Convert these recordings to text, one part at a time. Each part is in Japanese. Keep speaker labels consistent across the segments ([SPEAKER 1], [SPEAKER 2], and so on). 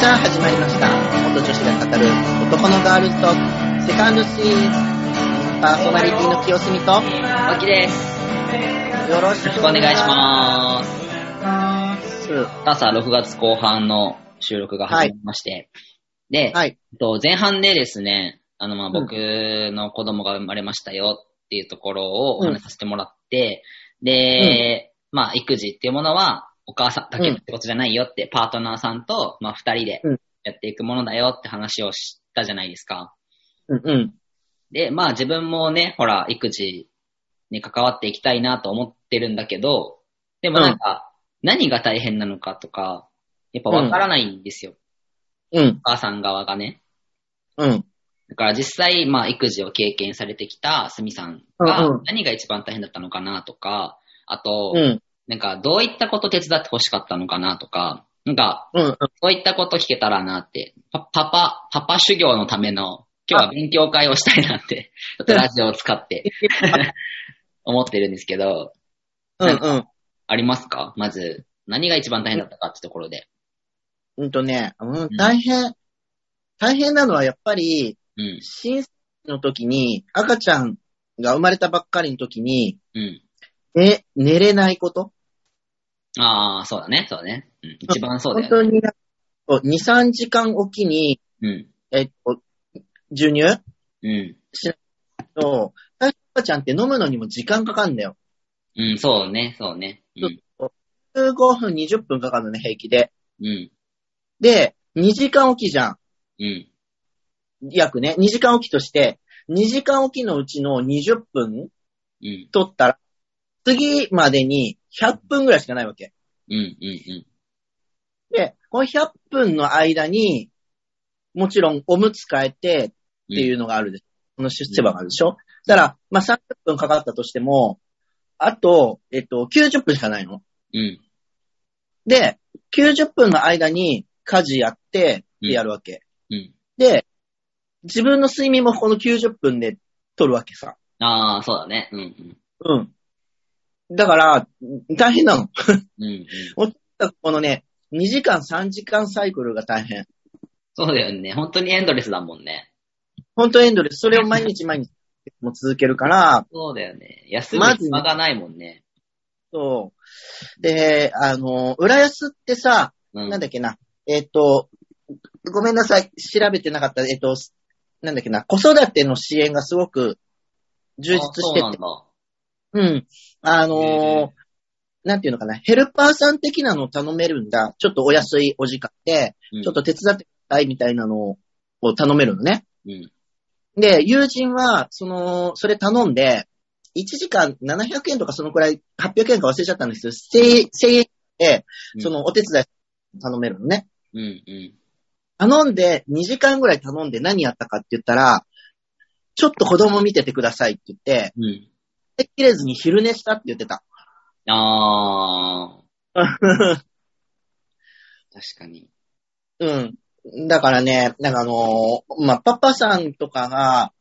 [SPEAKER 1] さあ始まりました元女子が語る男のガールズトークセカンドスイーツパーソナリティの清澄と
[SPEAKER 2] マキです。
[SPEAKER 1] よろし
[SPEAKER 2] よろ
[SPEAKER 1] く
[SPEAKER 2] しくお願いします。
[SPEAKER 1] すは
[SPEAKER 2] 朝6月後半の収録が始まりまして。で、
[SPEAKER 1] い
[SPEAKER 2] えっと前半でですね、あの、まあ、僕の子供が生まれましたよっていうところをお話しさせてもらって、で、まあ、育児っていうものはお母さんだけってことじゃないよって、パートナーさんと、まあ、二人で
[SPEAKER 1] うん
[SPEAKER 2] やっていくものだよって話をしたじゃないですか。
[SPEAKER 1] うんうん
[SPEAKER 2] で、まあ自分もね、ほら、育児に関わっていきたいなと思ってるんだけど、でもなんか、何が大変なのかとか、やっぱわからないんですよ、
[SPEAKER 1] うん
[SPEAKER 2] お母さん側がね。
[SPEAKER 1] うん
[SPEAKER 2] だから実際、まあ育児を経験されてきたすみさんが
[SPEAKER 1] うんうん、
[SPEAKER 2] 何が一番大変だったのかなとか、あと、
[SPEAKER 1] うん
[SPEAKER 2] なんかどういったこと手伝ってほしかったのかなとか、なんか、
[SPEAKER 1] うん
[SPEAKER 2] そういったこと聞けたらなって、パパパ、パパ修行のための、今日は勉強会をしたいなって、ちょっとラジオを使 って、思ってるんですけど、
[SPEAKER 1] うんうん
[SPEAKER 2] ありますかまず、何が一番大変だったかってところで。
[SPEAKER 1] うんとね、うん
[SPEAKER 2] ん、
[SPEAKER 1] 大変大変なのはやっぱり
[SPEAKER 2] うん、
[SPEAKER 1] 新生の時に赤ちゃんが生まれたばっかりの時に
[SPEAKER 2] うん。
[SPEAKER 1] ね、寝れないこと
[SPEAKER 2] ああ、そうだね、そうだね。うん、一番そうだ
[SPEAKER 1] 本
[SPEAKER 2] よね。
[SPEAKER 1] 当に、2、3時間おきに、
[SPEAKER 2] うん、
[SPEAKER 1] えっと、授乳
[SPEAKER 2] う
[SPEAKER 1] と、赤ちゃんって飲むのにも時間かかるんだよ。
[SPEAKER 2] ん、うん、そうね、そうね。うん、
[SPEAKER 1] 15分、20分かかるのね、平気で。
[SPEAKER 2] うん、
[SPEAKER 1] で、2時間おきじゃん。
[SPEAKER 2] うん、
[SPEAKER 1] 約ね、2時間おきとして、2時間おきのうちの20分
[SPEAKER 2] うん、
[SPEAKER 1] 取ったら、次までに100分ぐらいしかないわけ。
[SPEAKER 2] うん、うん、
[SPEAKER 1] で、この100分の間に、もちろんおむつ変えてって
[SPEAKER 2] うん。
[SPEAKER 1] いう
[SPEAKER 2] う。
[SPEAKER 1] のがあるでしょ。この出世話があるでしょ。だから、まあ、30分かかったとしても、あと、えっと、90分しかないの。
[SPEAKER 2] うん、
[SPEAKER 1] で、90分の間に家事やって、でやるわけ、
[SPEAKER 2] うん。
[SPEAKER 1] で、自分の睡眠もこの90分で取るわけさ。
[SPEAKER 2] ああ、そうだね。うん、うん
[SPEAKER 1] うん。だから、大変なの。、
[SPEAKER 2] うん、うん。
[SPEAKER 1] このね、2時間3時間サイクルが大変。
[SPEAKER 2] そうだよね。本当にエンドレスだもんね。
[SPEAKER 1] 本当エンドレス。それを毎日毎日もう続けるから、
[SPEAKER 2] そうだよね。休む暇がないもんね。
[SPEAKER 1] そう。で、あの、浦安ってさ、
[SPEAKER 2] うん
[SPEAKER 1] なんだっけな、えっ、と、ごめんなさい、調べてなかった、えっ、と、なんだっけな、子育ての支援がすごく充実して
[SPEAKER 2] あそうなん
[SPEAKER 1] て、
[SPEAKER 2] だ。
[SPEAKER 1] うん。あのー
[SPEAKER 2] へー
[SPEAKER 1] なんていうのかな、ヘルパーさん的なのを頼めるんだ。ちょっとお安いお時間で、
[SPEAKER 2] うん
[SPEAKER 1] ちょっと手伝ってくださいみたいなのをを頼めるのね。
[SPEAKER 2] うん。
[SPEAKER 1] で、友人は、その、それ頼んで、1時間700円とかそのくらい、800円か忘れちゃったんですけど、1000円で、そのお手伝い頼めるのね。
[SPEAKER 2] うん、うん。
[SPEAKER 1] 頼んで、2時間ぐらい頼んで何やったかって言ったら、ちょっと子供見ててくださいって言って、
[SPEAKER 2] うん。
[SPEAKER 1] で切れずに昼寝したって言ってた。
[SPEAKER 2] ああ、確かに。
[SPEAKER 1] うん。だからね、なんかあのーまあ、パパさんとかが、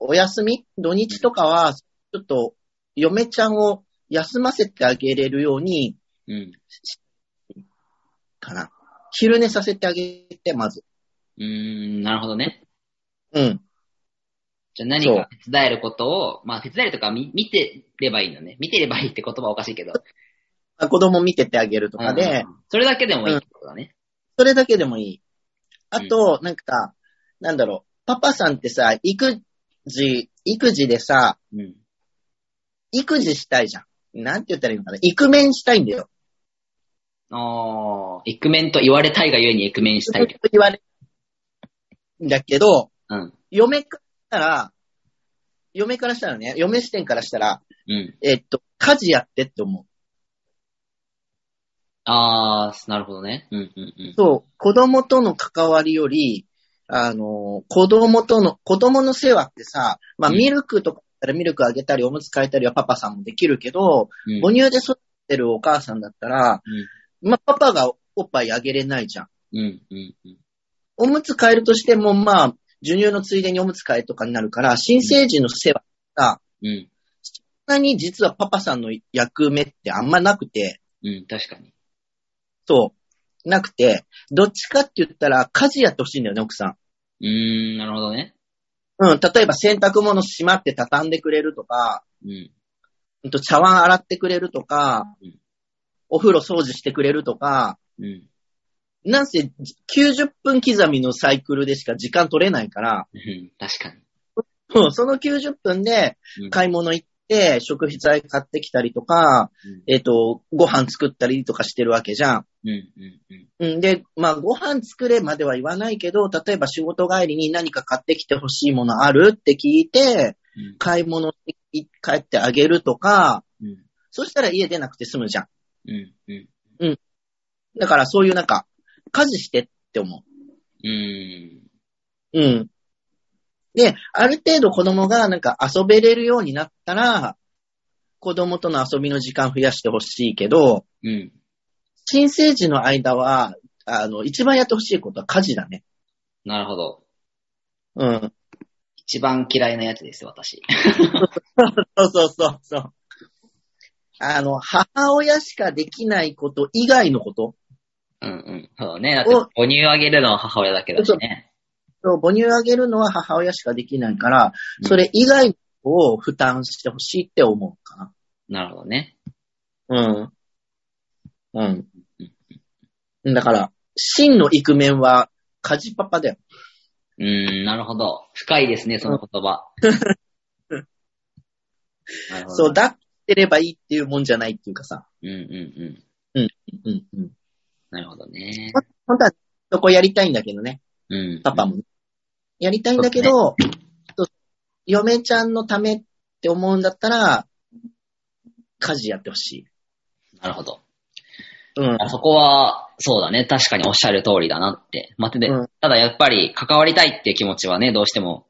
[SPEAKER 1] お休み土日とかは、ちょっと、嫁ちゃんを休ませてあげれるように、
[SPEAKER 2] うん。
[SPEAKER 1] かな。昼寝させてあげて、まず。
[SPEAKER 2] うーん、なるほどね。
[SPEAKER 1] うん。
[SPEAKER 2] じゃあ何
[SPEAKER 1] そう
[SPEAKER 2] か手伝えることを、まあ手伝えるとか見見てればいいのね。見てればいいって言葉はおかしいけど。
[SPEAKER 1] まあ子供見ててあげるとか
[SPEAKER 2] うんうん
[SPEAKER 1] で、
[SPEAKER 2] うんそれだけでもいいってことだね。
[SPEAKER 1] それだけでもいい。あと、なんか、なんだろう、パパさんってさ、育児、育児でさ、
[SPEAKER 2] うん。
[SPEAKER 1] 育児したいじゃん。なんて言ったらいいのかな。イクメンしたいんだよ。
[SPEAKER 2] ああ、イクメンと言われたいがゆえにイクメンしたいけど。
[SPEAKER 1] 言われるんだけど、
[SPEAKER 2] うん。
[SPEAKER 1] 嫁からしたら、嫁からしたらね、嫁視点からしたら、
[SPEAKER 2] うん。
[SPEAKER 1] えっと、家事やってって思
[SPEAKER 2] ああ、なるほどね。うん、うん、う
[SPEAKER 1] う。
[SPEAKER 2] ん。
[SPEAKER 1] そう、子供との関わりより、あの、子供との、子供の世話ってさ、まあ、
[SPEAKER 2] うん
[SPEAKER 1] ミルクとかだったらミルクあげたり、おむつ替えたりはパパさんもできるけど、
[SPEAKER 2] うん
[SPEAKER 1] 母乳で育ってるお母さんだったら、まあ、パパがおっぱいあげれないじゃん。
[SPEAKER 2] うん、うん、うん。
[SPEAKER 1] おむつ変えるとしても、まあ、授乳のついでにおむつ変えとかになるから、新生児の世話が、
[SPEAKER 2] うん、
[SPEAKER 1] そんなに実はパパさんの役目ってあんまなくて、
[SPEAKER 2] うん、確かに。
[SPEAKER 1] そう。なくて、どっちかって言ったら家事やってほしいんだよね、奥さん。
[SPEAKER 2] うーん、なるほどね。
[SPEAKER 1] うん、例えば洗濯物しまって畳んでくれるとか、
[SPEAKER 2] うん。
[SPEAKER 1] うんと茶碗洗ってくれるとか
[SPEAKER 2] うん、
[SPEAKER 1] お風呂掃除してくれるとか、
[SPEAKER 2] うん。
[SPEAKER 1] なんせ90分刻みのサイクルでしか時間取れないから、
[SPEAKER 2] うん確かに。
[SPEAKER 1] うんその90分で
[SPEAKER 2] うん
[SPEAKER 1] 買い物行って食費材買ってきたりとか、えっ、と、ご飯作ったりとかしてるわけじゃん。
[SPEAKER 2] うん、うん、うん。
[SPEAKER 1] うん、で、まあ、ご飯作れまでは言わないけど、例えば仕事帰りに何か買ってきてほしいものあるって聞いて、
[SPEAKER 2] うん
[SPEAKER 1] 買い物して帰ってあげるとか、
[SPEAKER 2] うん、
[SPEAKER 1] そしたら家出なくて済むじゃん。
[SPEAKER 2] うん、うん。
[SPEAKER 1] だからそういうなんか、家事してって思
[SPEAKER 2] うん。
[SPEAKER 1] う。うん。で、ある程度子供がなんか遊べれるようになったら、子供との遊びの時間増やしてほしいけど、
[SPEAKER 2] うん。
[SPEAKER 1] 新生児の間は、あの、一番やってほしいことは家事だね。
[SPEAKER 2] なるほど。
[SPEAKER 1] うん。
[SPEAKER 2] 一番嫌いなやつですよ、私。
[SPEAKER 1] そうそうそうそう。あの、母親しかできないこと以外のこと。
[SPEAKER 2] うんうん。そうね。だって、母乳あげるのは母親だけだしね。
[SPEAKER 1] そう母乳あげるのは母親しかできないから、
[SPEAKER 2] うん
[SPEAKER 1] それ以外を負担してほしいって思うか
[SPEAKER 2] なるほどね。
[SPEAKER 1] な。うん。うん。だから、真のイクメンは、家事パパだよ。
[SPEAKER 2] うーん、なるほど。深いですね、その言葉。 なるほど
[SPEAKER 1] そう、。だってればいいっていうもんじゃないっていうかさ。
[SPEAKER 2] うんう
[SPEAKER 1] う
[SPEAKER 2] んうん。
[SPEAKER 1] んうん。
[SPEAKER 2] なるほどね。
[SPEAKER 1] 本当は、そこやりたいんだけどね。
[SPEAKER 2] うん。
[SPEAKER 1] パパもね。やりたいんだけど、そう嫁ちゃんのためって思うんだったら、家事やってほしい。
[SPEAKER 2] なるほど。
[SPEAKER 1] うん。
[SPEAKER 2] あそこは、そうだね。確かにおっしゃる通りだなって。まあ、で
[SPEAKER 1] うん
[SPEAKER 2] ただやっぱり関わりたいっていう気持ちはね、どうしても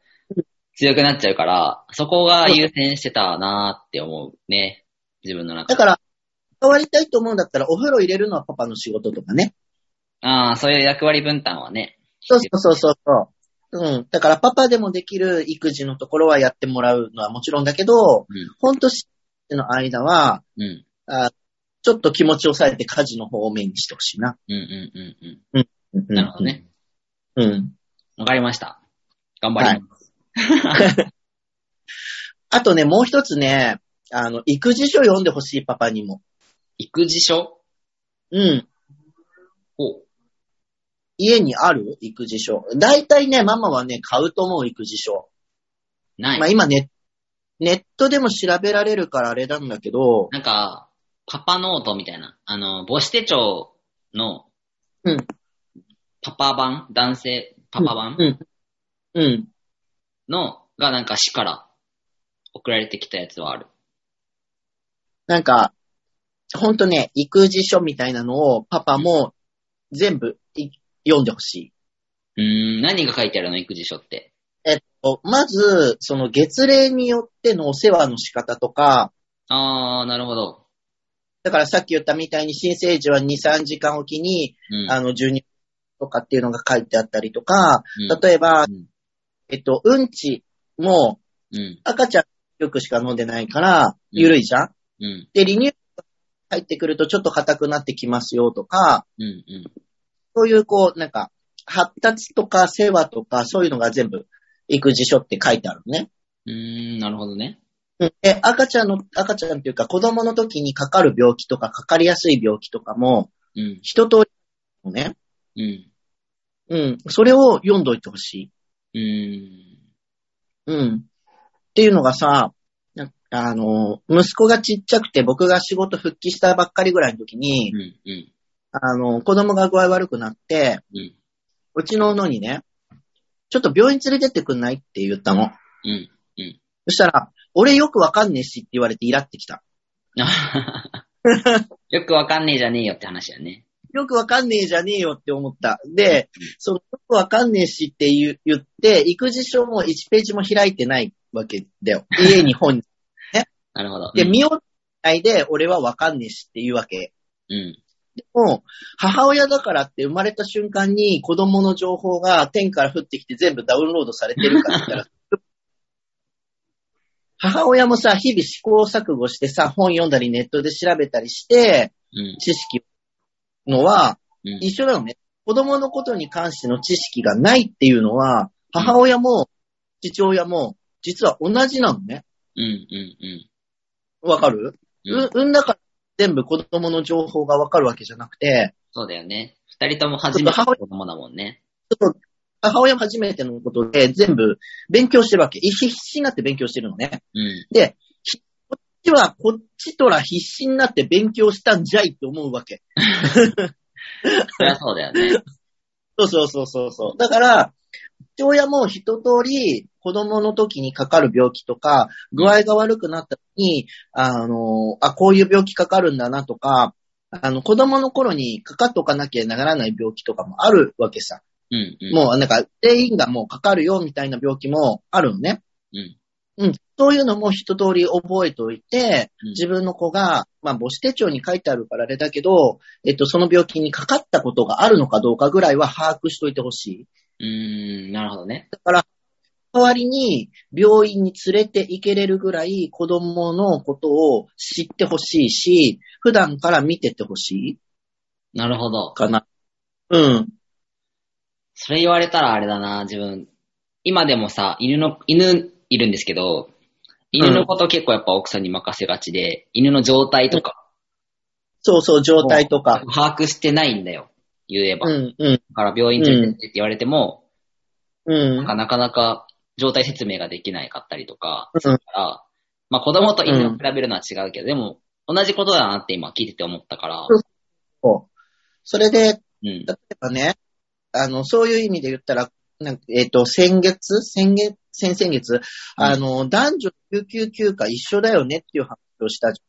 [SPEAKER 2] 強くなっちゃうから、そこが優先してたなって思うね。自分の中
[SPEAKER 1] だ
[SPEAKER 2] で。
[SPEAKER 1] から、関わりたいと思うんだったら、お風呂入れるのはパパの仕事とかね。
[SPEAKER 2] ああ、そういう役割分担はね。
[SPEAKER 1] そうそうそうそうそう。うん。だから、パパでもできる育児のところはやってもらうのはもちろんだけど、
[SPEAKER 2] うん
[SPEAKER 1] ほんとしの間は、
[SPEAKER 2] うん。
[SPEAKER 1] ちょっと気持ちを抑えて家事の方をメインにしてほしいな。
[SPEAKER 2] うんうんうんうん。
[SPEAKER 1] な
[SPEAKER 2] なるほどね。。
[SPEAKER 1] うん。
[SPEAKER 2] わかりました。頑張ります。
[SPEAKER 1] あとね、もう一つね、あの、育児書読んでほしいパパにも。
[SPEAKER 2] 育児書
[SPEAKER 1] うん。
[SPEAKER 2] を。
[SPEAKER 1] 家にある育児書。大体ね、ママはね、買うと思う育児書。
[SPEAKER 2] ない。
[SPEAKER 1] まあ今ね、ネットでも調べられるからあれなんだけど、
[SPEAKER 2] なんか、パパノートみたいな。あの、母子手帳の、
[SPEAKER 1] うん
[SPEAKER 2] パパ版男性パパ版
[SPEAKER 1] うん。うん。
[SPEAKER 2] の、がなんか市から送られてきたやつはある。
[SPEAKER 1] なんか、ほんとね、育児書みたいなのをパパも全部い読んでほしい。
[SPEAKER 2] うーん、何が書いてあるの育児書って。
[SPEAKER 1] おまず、その月齢によってのお世話の仕方とか、
[SPEAKER 2] あー、なるほど。
[SPEAKER 1] だからさっき言ったみたいに新生児は2、3時間おきに、
[SPEAKER 2] うん。
[SPEAKER 1] あの、12とかっていうのが書いてあったりとか、
[SPEAKER 2] うん
[SPEAKER 1] 例えば、
[SPEAKER 2] うん
[SPEAKER 1] えっと、うんちも
[SPEAKER 2] うん。
[SPEAKER 1] 赤ちゃんよくしか飲んでないから、
[SPEAKER 2] うん
[SPEAKER 1] ゆるいじゃん、
[SPEAKER 2] うん。
[SPEAKER 1] で、離乳入ってくるとちょっと硬くなってきますよとか、
[SPEAKER 2] うん。うん。
[SPEAKER 1] そういうこう、なんか、発達とか世話とか、そういうのが全部、育児書って書いてあるのね。
[SPEAKER 2] うーん、なるほどね。
[SPEAKER 1] うんで、赤ちゃんの、赤ちゃんっていうか子供の時にかかる病気とか、かかりやすい病気とかも、
[SPEAKER 2] うん。
[SPEAKER 1] 一通り、ね。
[SPEAKER 2] うん。
[SPEAKER 1] うん。それを読んどいてほしい。
[SPEAKER 2] うーん。
[SPEAKER 1] うん。っていうのがさ、なあの、息子がちっちゃくて僕が仕事復帰したばっかりぐらいの時に
[SPEAKER 2] う、ん。うん。
[SPEAKER 1] あの、子供が具合悪くなって、
[SPEAKER 2] うん。
[SPEAKER 1] うちののにね、ちょっと病院連れてってくんないって言ったの。
[SPEAKER 2] うん。
[SPEAKER 1] そしたら、俺よくわかんねえしって言われてイラってきた。
[SPEAKER 2] よくわかんねえじゃねえよって話だね。
[SPEAKER 1] よくわかんねえじゃねえよって思った。で、そのよくわかんねえしって言う言って、育児書も1ページも開いてないわけだよ。家に本に。
[SPEAKER 2] なるほど。
[SPEAKER 1] で、
[SPEAKER 2] うん
[SPEAKER 1] 見ようないで俺はわかんねえしって言うわけ。
[SPEAKER 2] うん。
[SPEAKER 1] でも、母親だからって生まれた瞬間に子供の情報が天から降ってきて全部ダウンロードされてるかって言ったら、 母親もさ、日々試行錯誤してさ、本読んだりネットで調べたりして、
[SPEAKER 2] うん。
[SPEAKER 1] 知識のは、
[SPEAKER 2] ううん
[SPEAKER 1] 一緒だよね。子供のことに関しての知識がないっていうのは、母親も父親も実は同じなのね。
[SPEAKER 2] うん、うん、
[SPEAKER 1] わかる、う
[SPEAKER 2] う。
[SPEAKER 1] ん
[SPEAKER 2] うん
[SPEAKER 1] ん、、産んだから全部子供の情報がわかるわけじゃなくて、
[SPEAKER 2] そうだよね。二人とも初めての子供だもんね。
[SPEAKER 1] 母親も初めてのことで全部勉強してるわけ。必死になって勉強してるのね。
[SPEAKER 2] うん。
[SPEAKER 1] こっちはこっちとら必死になって勉強したんじゃいって思うわけ。
[SPEAKER 2] そりゃそうだよね。
[SPEAKER 1] そうそうそうそうそう。だから、父親も一通り子供の時にかかる病気とか、具合が悪くなった時に、あの、あ、こういう病気かかるんだなとか、あの、子供の頃にかかっとかなきゃならない病気とかもあるわけさ。
[SPEAKER 2] うん、うん。
[SPEAKER 1] もうなんか全員がもうかかるよみたいな病気もあるのね。
[SPEAKER 2] うん。
[SPEAKER 1] うん。そういうのも一通り覚えておいて、
[SPEAKER 2] うん
[SPEAKER 1] 自分の子が、まあ母子手帳に書いてあるからあれだけど、えっと、その病気にかかったことがあるのかどうかぐらいは把握しといてほしい。
[SPEAKER 2] うーん、なるほどね。
[SPEAKER 1] 代わりに病院に連れて行けれるぐらい子供のことを知ってほしいし、普段から見ててほしい
[SPEAKER 2] なるほど。
[SPEAKER 1] かな。うん。
[SPEAKER 2] それ言われたらあれだな、自分。今でもさ、犬の、犬いるんですけど、犬のこと結構やっぱ奥さんに任せがちで、犬の状態とか、
[SPEAKER 1] そうそう、状態とか。
[SPEAKER 2] 把握してないんだよ、言えば。
[SPEAKER 1] う
[SPEAKER 2] だ
[SPEAKER 1] ん、うん、
[SPEAKER 2] から病院連れてってって言われても、
[SPEAKER 1] うん。
[SPEAKER 2] なんかなかなか状態説明ができないかったりとか、
[SPEAKER 1] うん
[SPEAKER 2] だから、まあ子供と犬を比べるのは違うけど、でも、同じことだなって今聞いてて思ったから、
[SPEAKER 1] うんそうそれで、
[SPEAKER 2] う
[SPEAKER 1] 例
[SPEAKER 2] ん。
[SPEAKER 1] えばね、あの、そういう意味で言ったら、なんかえっ、と、先月先月先々月、あの、男女救急休暇一緒だよねっていう話をしたじ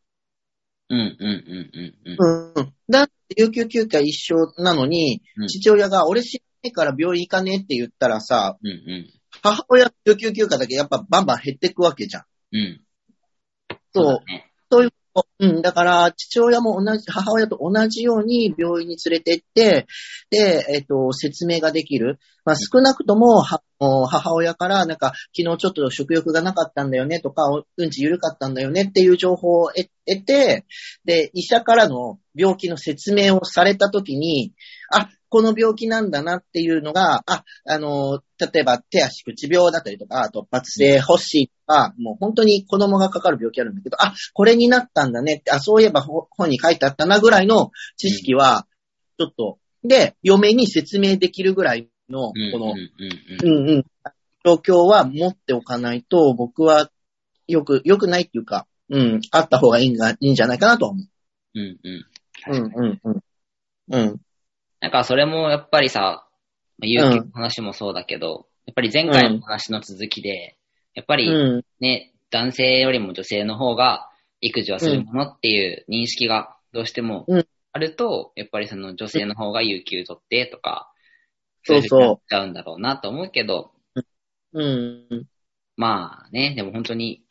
[SPEAKER 2] うん、うん、うん、うん、うん
[SPEAKER 1] ゃん。うん。男女有給休暇一緒なのに、
[SPEAKER 2] うん
[SPEAKER 1] 父親が俺知らないから病院行かねえって言ったらさ、
[SPEAKER 2] うん、うん、
[SPEAKER 1] 母親の有給休暇だけやっぱバンバン減ってくわけじゃん。
[SPEAKER 2] うん。
[SPEAKER 1] そう。
[SPEAKER 2] だね。
[SPEAKER 1] うん、だから、父親も同じ、母親と同じように病院に連れて行って、で、えっ、と、説明ができる。まあ、少なくとも、はお母親から、なんか、昨日ちょっと食欲がなかったんだよねとか、おうんち緩かったんだよねっていう情報を得得て、で、医者からの病気の説明をされたときに、あ、この病気なんだなっていうのが、あ、あの、例えば手足口病だったりとか、あと発性発疹とか、もう本当に子供がかかる病気あるんだけど、あ、これになったんだねって、あ、そういえばほ本に書いてあったなぐらいの知識は、ちょっと、で、嫁に説明できるぐらいの、こ
[SPEAKER 2] うん、
[SPEAKER 1] の
[SPEAKER 2] うん、うん、うん。
[SPEAKER 1] うんうん。状況は持っておかないと、僕はよく、良くないっていうか、うん、あった方がいいんがいいんじゃないかなとは思
[SPEAKER 2] うんうん。
[SPEAKER 1] う。うん、うん、うん。うん、
[SPEAKER 2] なんかそれもやっぱりさ、まあ勇気の話もそうだけど、やっぱり前回の話の続きで、やっぱり
[SPEAKER 1] うん、
[SPEAKER 2] ね、男性よりも女性の方が育児はするものっていう認識がどうしても
[SPEAKER 1] うん
[SPEAKER 2] あると、やっぱりその女性の方が有給取ってとか、
[SPEAKER 1] そうそう
[SPEAKER 2] いふになっちゃうんだろうなと思うけど、
[SPEAKER 1] うん、
[SPEAKER 2] まあね、でも本当に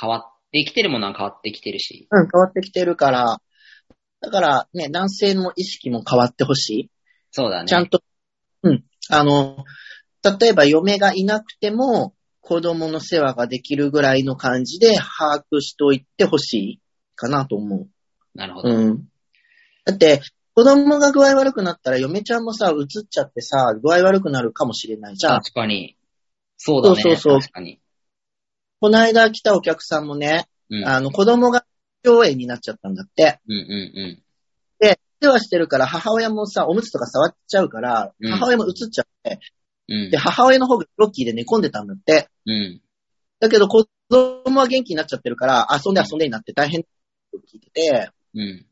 [SPEAKER 2] 変わってきてるものは変わってきてるし、
[SPEAKER 1] うん、変わってきてるから、だからね、男性の意識も変わってほし
[SPEAKER 2] そう
[SPEAKER 1] い。
[SPEAKER 2] だね。
[SPEAKER 1] ちゃんと、うん、あの、例えば嫁がいなくても、子供の世話ができるぐらいの感じで把握しといてほしいかなと思う。
[SPEAKER 2] なるほど。
[SPEAKER 1] うん。だって、子供が具合悪くなったら、嫁ちゃんもさ、移っちゃってさ、具合悪くなるかもしれないじゃん。
[SPEAKER 2] 確かに。そうだね。
[SPEAKER 1] そうそうそう
[SPEAKER 2] 確かに。
[SPEAKER 1] この間来たお客さんもね、
[SPEAKER 2] うん。
[SPEAKER 1] あの、子供が腸炎になっちゃったんだって。
[SPEAKER 2] うんうんうん。
[SPEAKER 1] で、世話してるから、母親もさ、おむつとか触っちゃうから
[SPEAKER 2] う、ん
[SPEAKER 1] 母親も移っちゃって、
[SPEAKER 2] うん
[SPEAKER 1] で、。母親の方がロッキーで寝込んでたんだって。
[SPEAKER 2] うん。
[SPEAKER 1] だけど、子供は元気になっちゃってるから、遊んで遊んでになって大変って聞いてて、
[SPEAKER 2] うん。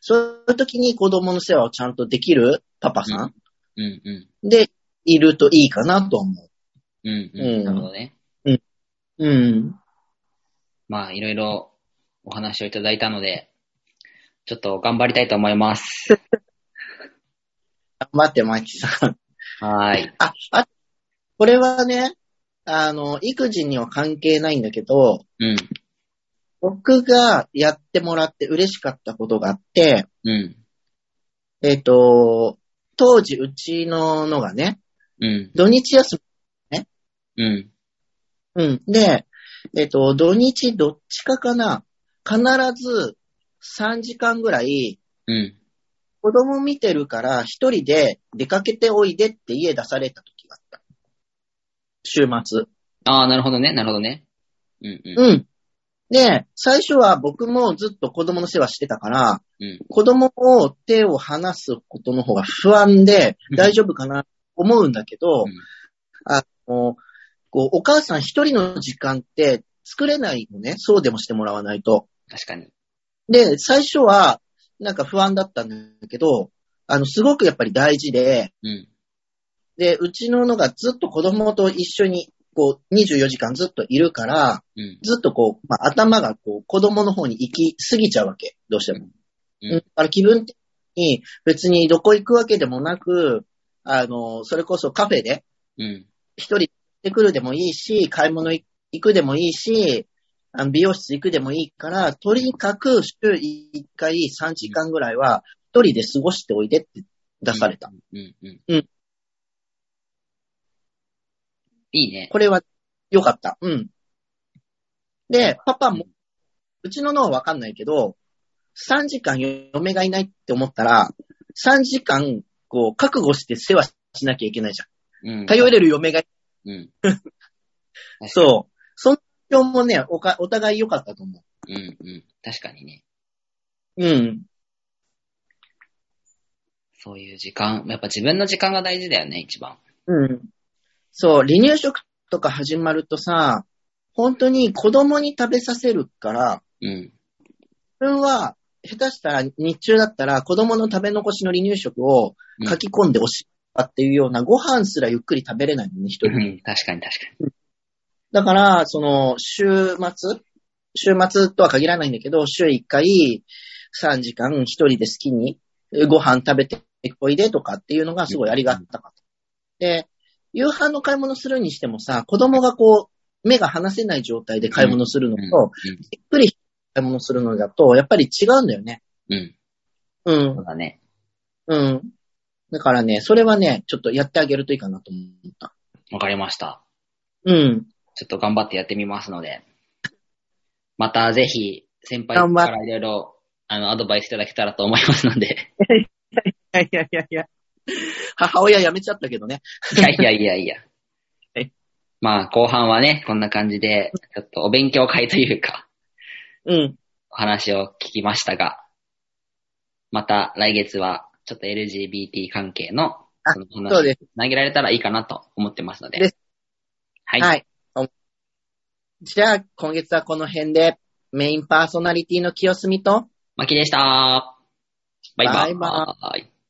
[SPEAKER 1] そういう時に子供の世話をちゃんとできるパパさん、
[SPEAKER 2] うん。う
[SPEAKER 1] で、いるといいかなと思
[SPEAKER 2] ん。うん。
[SPEAKER 1] うん
[SPEAKER 2] なるほどね。
[SPEAKER 1] う。うん。
[SPEAKER 2] まあ、いろいろお話をいただいたので、ちょっと頑張りたいと思います。
[SPEAKER 1] 待って、マイキさん。
[SPEAKER 2] はーい。
[SPEAKER 1] あ、あ、これはね、あの、育児には関係ないんだけど、
[SPEAKER 2] うん。
[SPEAKER 1] 僕がやってもらって嬉しかったことがあって、
[SPEAKER 2] うん。
[SPEAKER 1] えっ、と、当時うちののがね、
[SPEAKER 2] うん。
[SPEAKER 1] 土日休
[SPEAKER 2] うん。
[SPEAKER 1] み、うん。で、えっ、と、土日どっちかかな、必ず3時間ぐらい、
[SPEAKER 2] うん。
[SPEAKER 1] 子供見てるから、一人で出かけておいでって家出された時があった。週末。
[SPEAKER 2] ああ、なるほどね、なるほどね。うんうん。
[SPEAKER 1] うん。で、最初は僕もずっと子供の世話してたから、
[SPEAKER 2] うん
[SPEAKER 1] 子供を手を離すことの方が不安で
[SPEAKER 2] う、ん
[SPEAKER 1] 大丈夫かな、思うんだけど、
[SPEAKER 2] うん
[SPEAKER 1] あの、こう、お母さん一人の時間って作れないのね、そうでもしてもらわないと。
[SPEAKER 2] 確かに。
[SPEAKER 1] で、最初は、なんか不安だったんだけど、あの、すごくやっぱり大事で、
[SPEAKER 2] うん。
[SPEAKER 1] で、うちののがずっと子供と一緒に、こう、24時間ずっといるから、
[SPEAKER 2] うん。
[SPEAKER 1] ずっとこう、まあ、頭がこう、子供の方に行き過ぎちゃうわけ、どうしても。
[SPEAKER 2] うん
[SPEAKER 1] だから気分的に、別にどこ行くわけでもなく、あの、それこそカフェで
[SPEAKER 2] うん。
[SPEAKER 1] 一人で来るでもいいし、買い物行くでもいいし、あの美容室行くでもいいから、とにかく週1回3時間ぐらいは一人で過ごしておいでって出された。
[SPEAKER 2] うん。うん。
[SPEAKER 1] うん
[SPEAKER 2] いいね。
[SPEAKER 1] これは良かった。うん。で、パパも、うちののはわかんないけど、3時間嫁がいないって思ったら、3時間、こう、覚悟して世話しなきゃいけないじゃん。
[SPEAKER 2] うん。
[SPEAKER 1] 頼れる嫁がい
[SPEAKER 2] うん。
[SPEAKER 1] ない。そう。その状況もね、おかお互い良かったと思う。
[SPEAKER 2] うん。うん。確かにね。
[SPEAKER 1] うん。
[SPEAKER 2] そういう時間、やっぱ自分の時間が大事だよね、一番。
[SPEAKER 1] うん。そう、離乳食とか始まるとさ、本当に子供に食べさせるから、
[SPEAKER 2] うん。
[SPEAKER 1] 自分は下手したら日中だったら子供の食べ残しの離乳食を書き込んでおしまったっていうようなご飯すらゆっくり食べれないのね、一
[SPEAKER 2] う
[SPEAKER 1] 人。
[SPEAKER 2] ん。 確かに確か
[SPEAKER 1] だから、その、週末週末とは限らないんだけど、週1回3時間一人で好きにご飯食べておいでとかっていうのがすごいありがたかった。で、夕飯の買い物するにしてもさ、子供がこう、目が離せない状態で買い物するの
[SPEAKER 2] に。
[SPEAKER 1] と、じっくり買い物するのだと、やっぱり違うんだよね。
[SPEAKER 2] うん。うん。
[SPEAKER 1] うん
[SPEAKER 2] そう。だね。
[SPEAKER 1] うん。だからね、それはね、ちょっとやってあげるといいかなと思った。
[SPEAKER 2] わかりました。
[SPEAKER 1] うん。
[SPEAKER 2] ちょっと頑張ってやってみますので。またぜひ、先輩からいろいろ、あの、アドバイスいただけたらと思いますので。
[SPEAKER 1] いやいやいやいや。母親辞めちゃったけどね。
[SPEAKER 2] いやいやいやいや
[SPEAKER 1] はい。
[SPEAKER 2] まあ、後半はね、こんな感じで、ちょっとお勉強会というか、
[SPEAKER 1] うん。
[SPEAKER 2] お話を聞きましたが、また来月は、ちょっと LGBT 関係の、
[SPEAKER 1] あ
[SPEAKER 2] その
[SPEAKER 1] そう
[SPEAKER 2] 話
[SPEAKER 1] です。
[SPEAKER 2] 投げられたらいいかなと思ってますので。
[SPEAKER 1] です
[SPEAKER 2] はい。
[SPEAKER 1] はい。じゃあ、今月はこの辺で、メインパーソナリティの清澄と、
[SPEAKER 2] マキでした。バイバ
[SPEAKER 1] バイバ
[SPEAKER 2] イ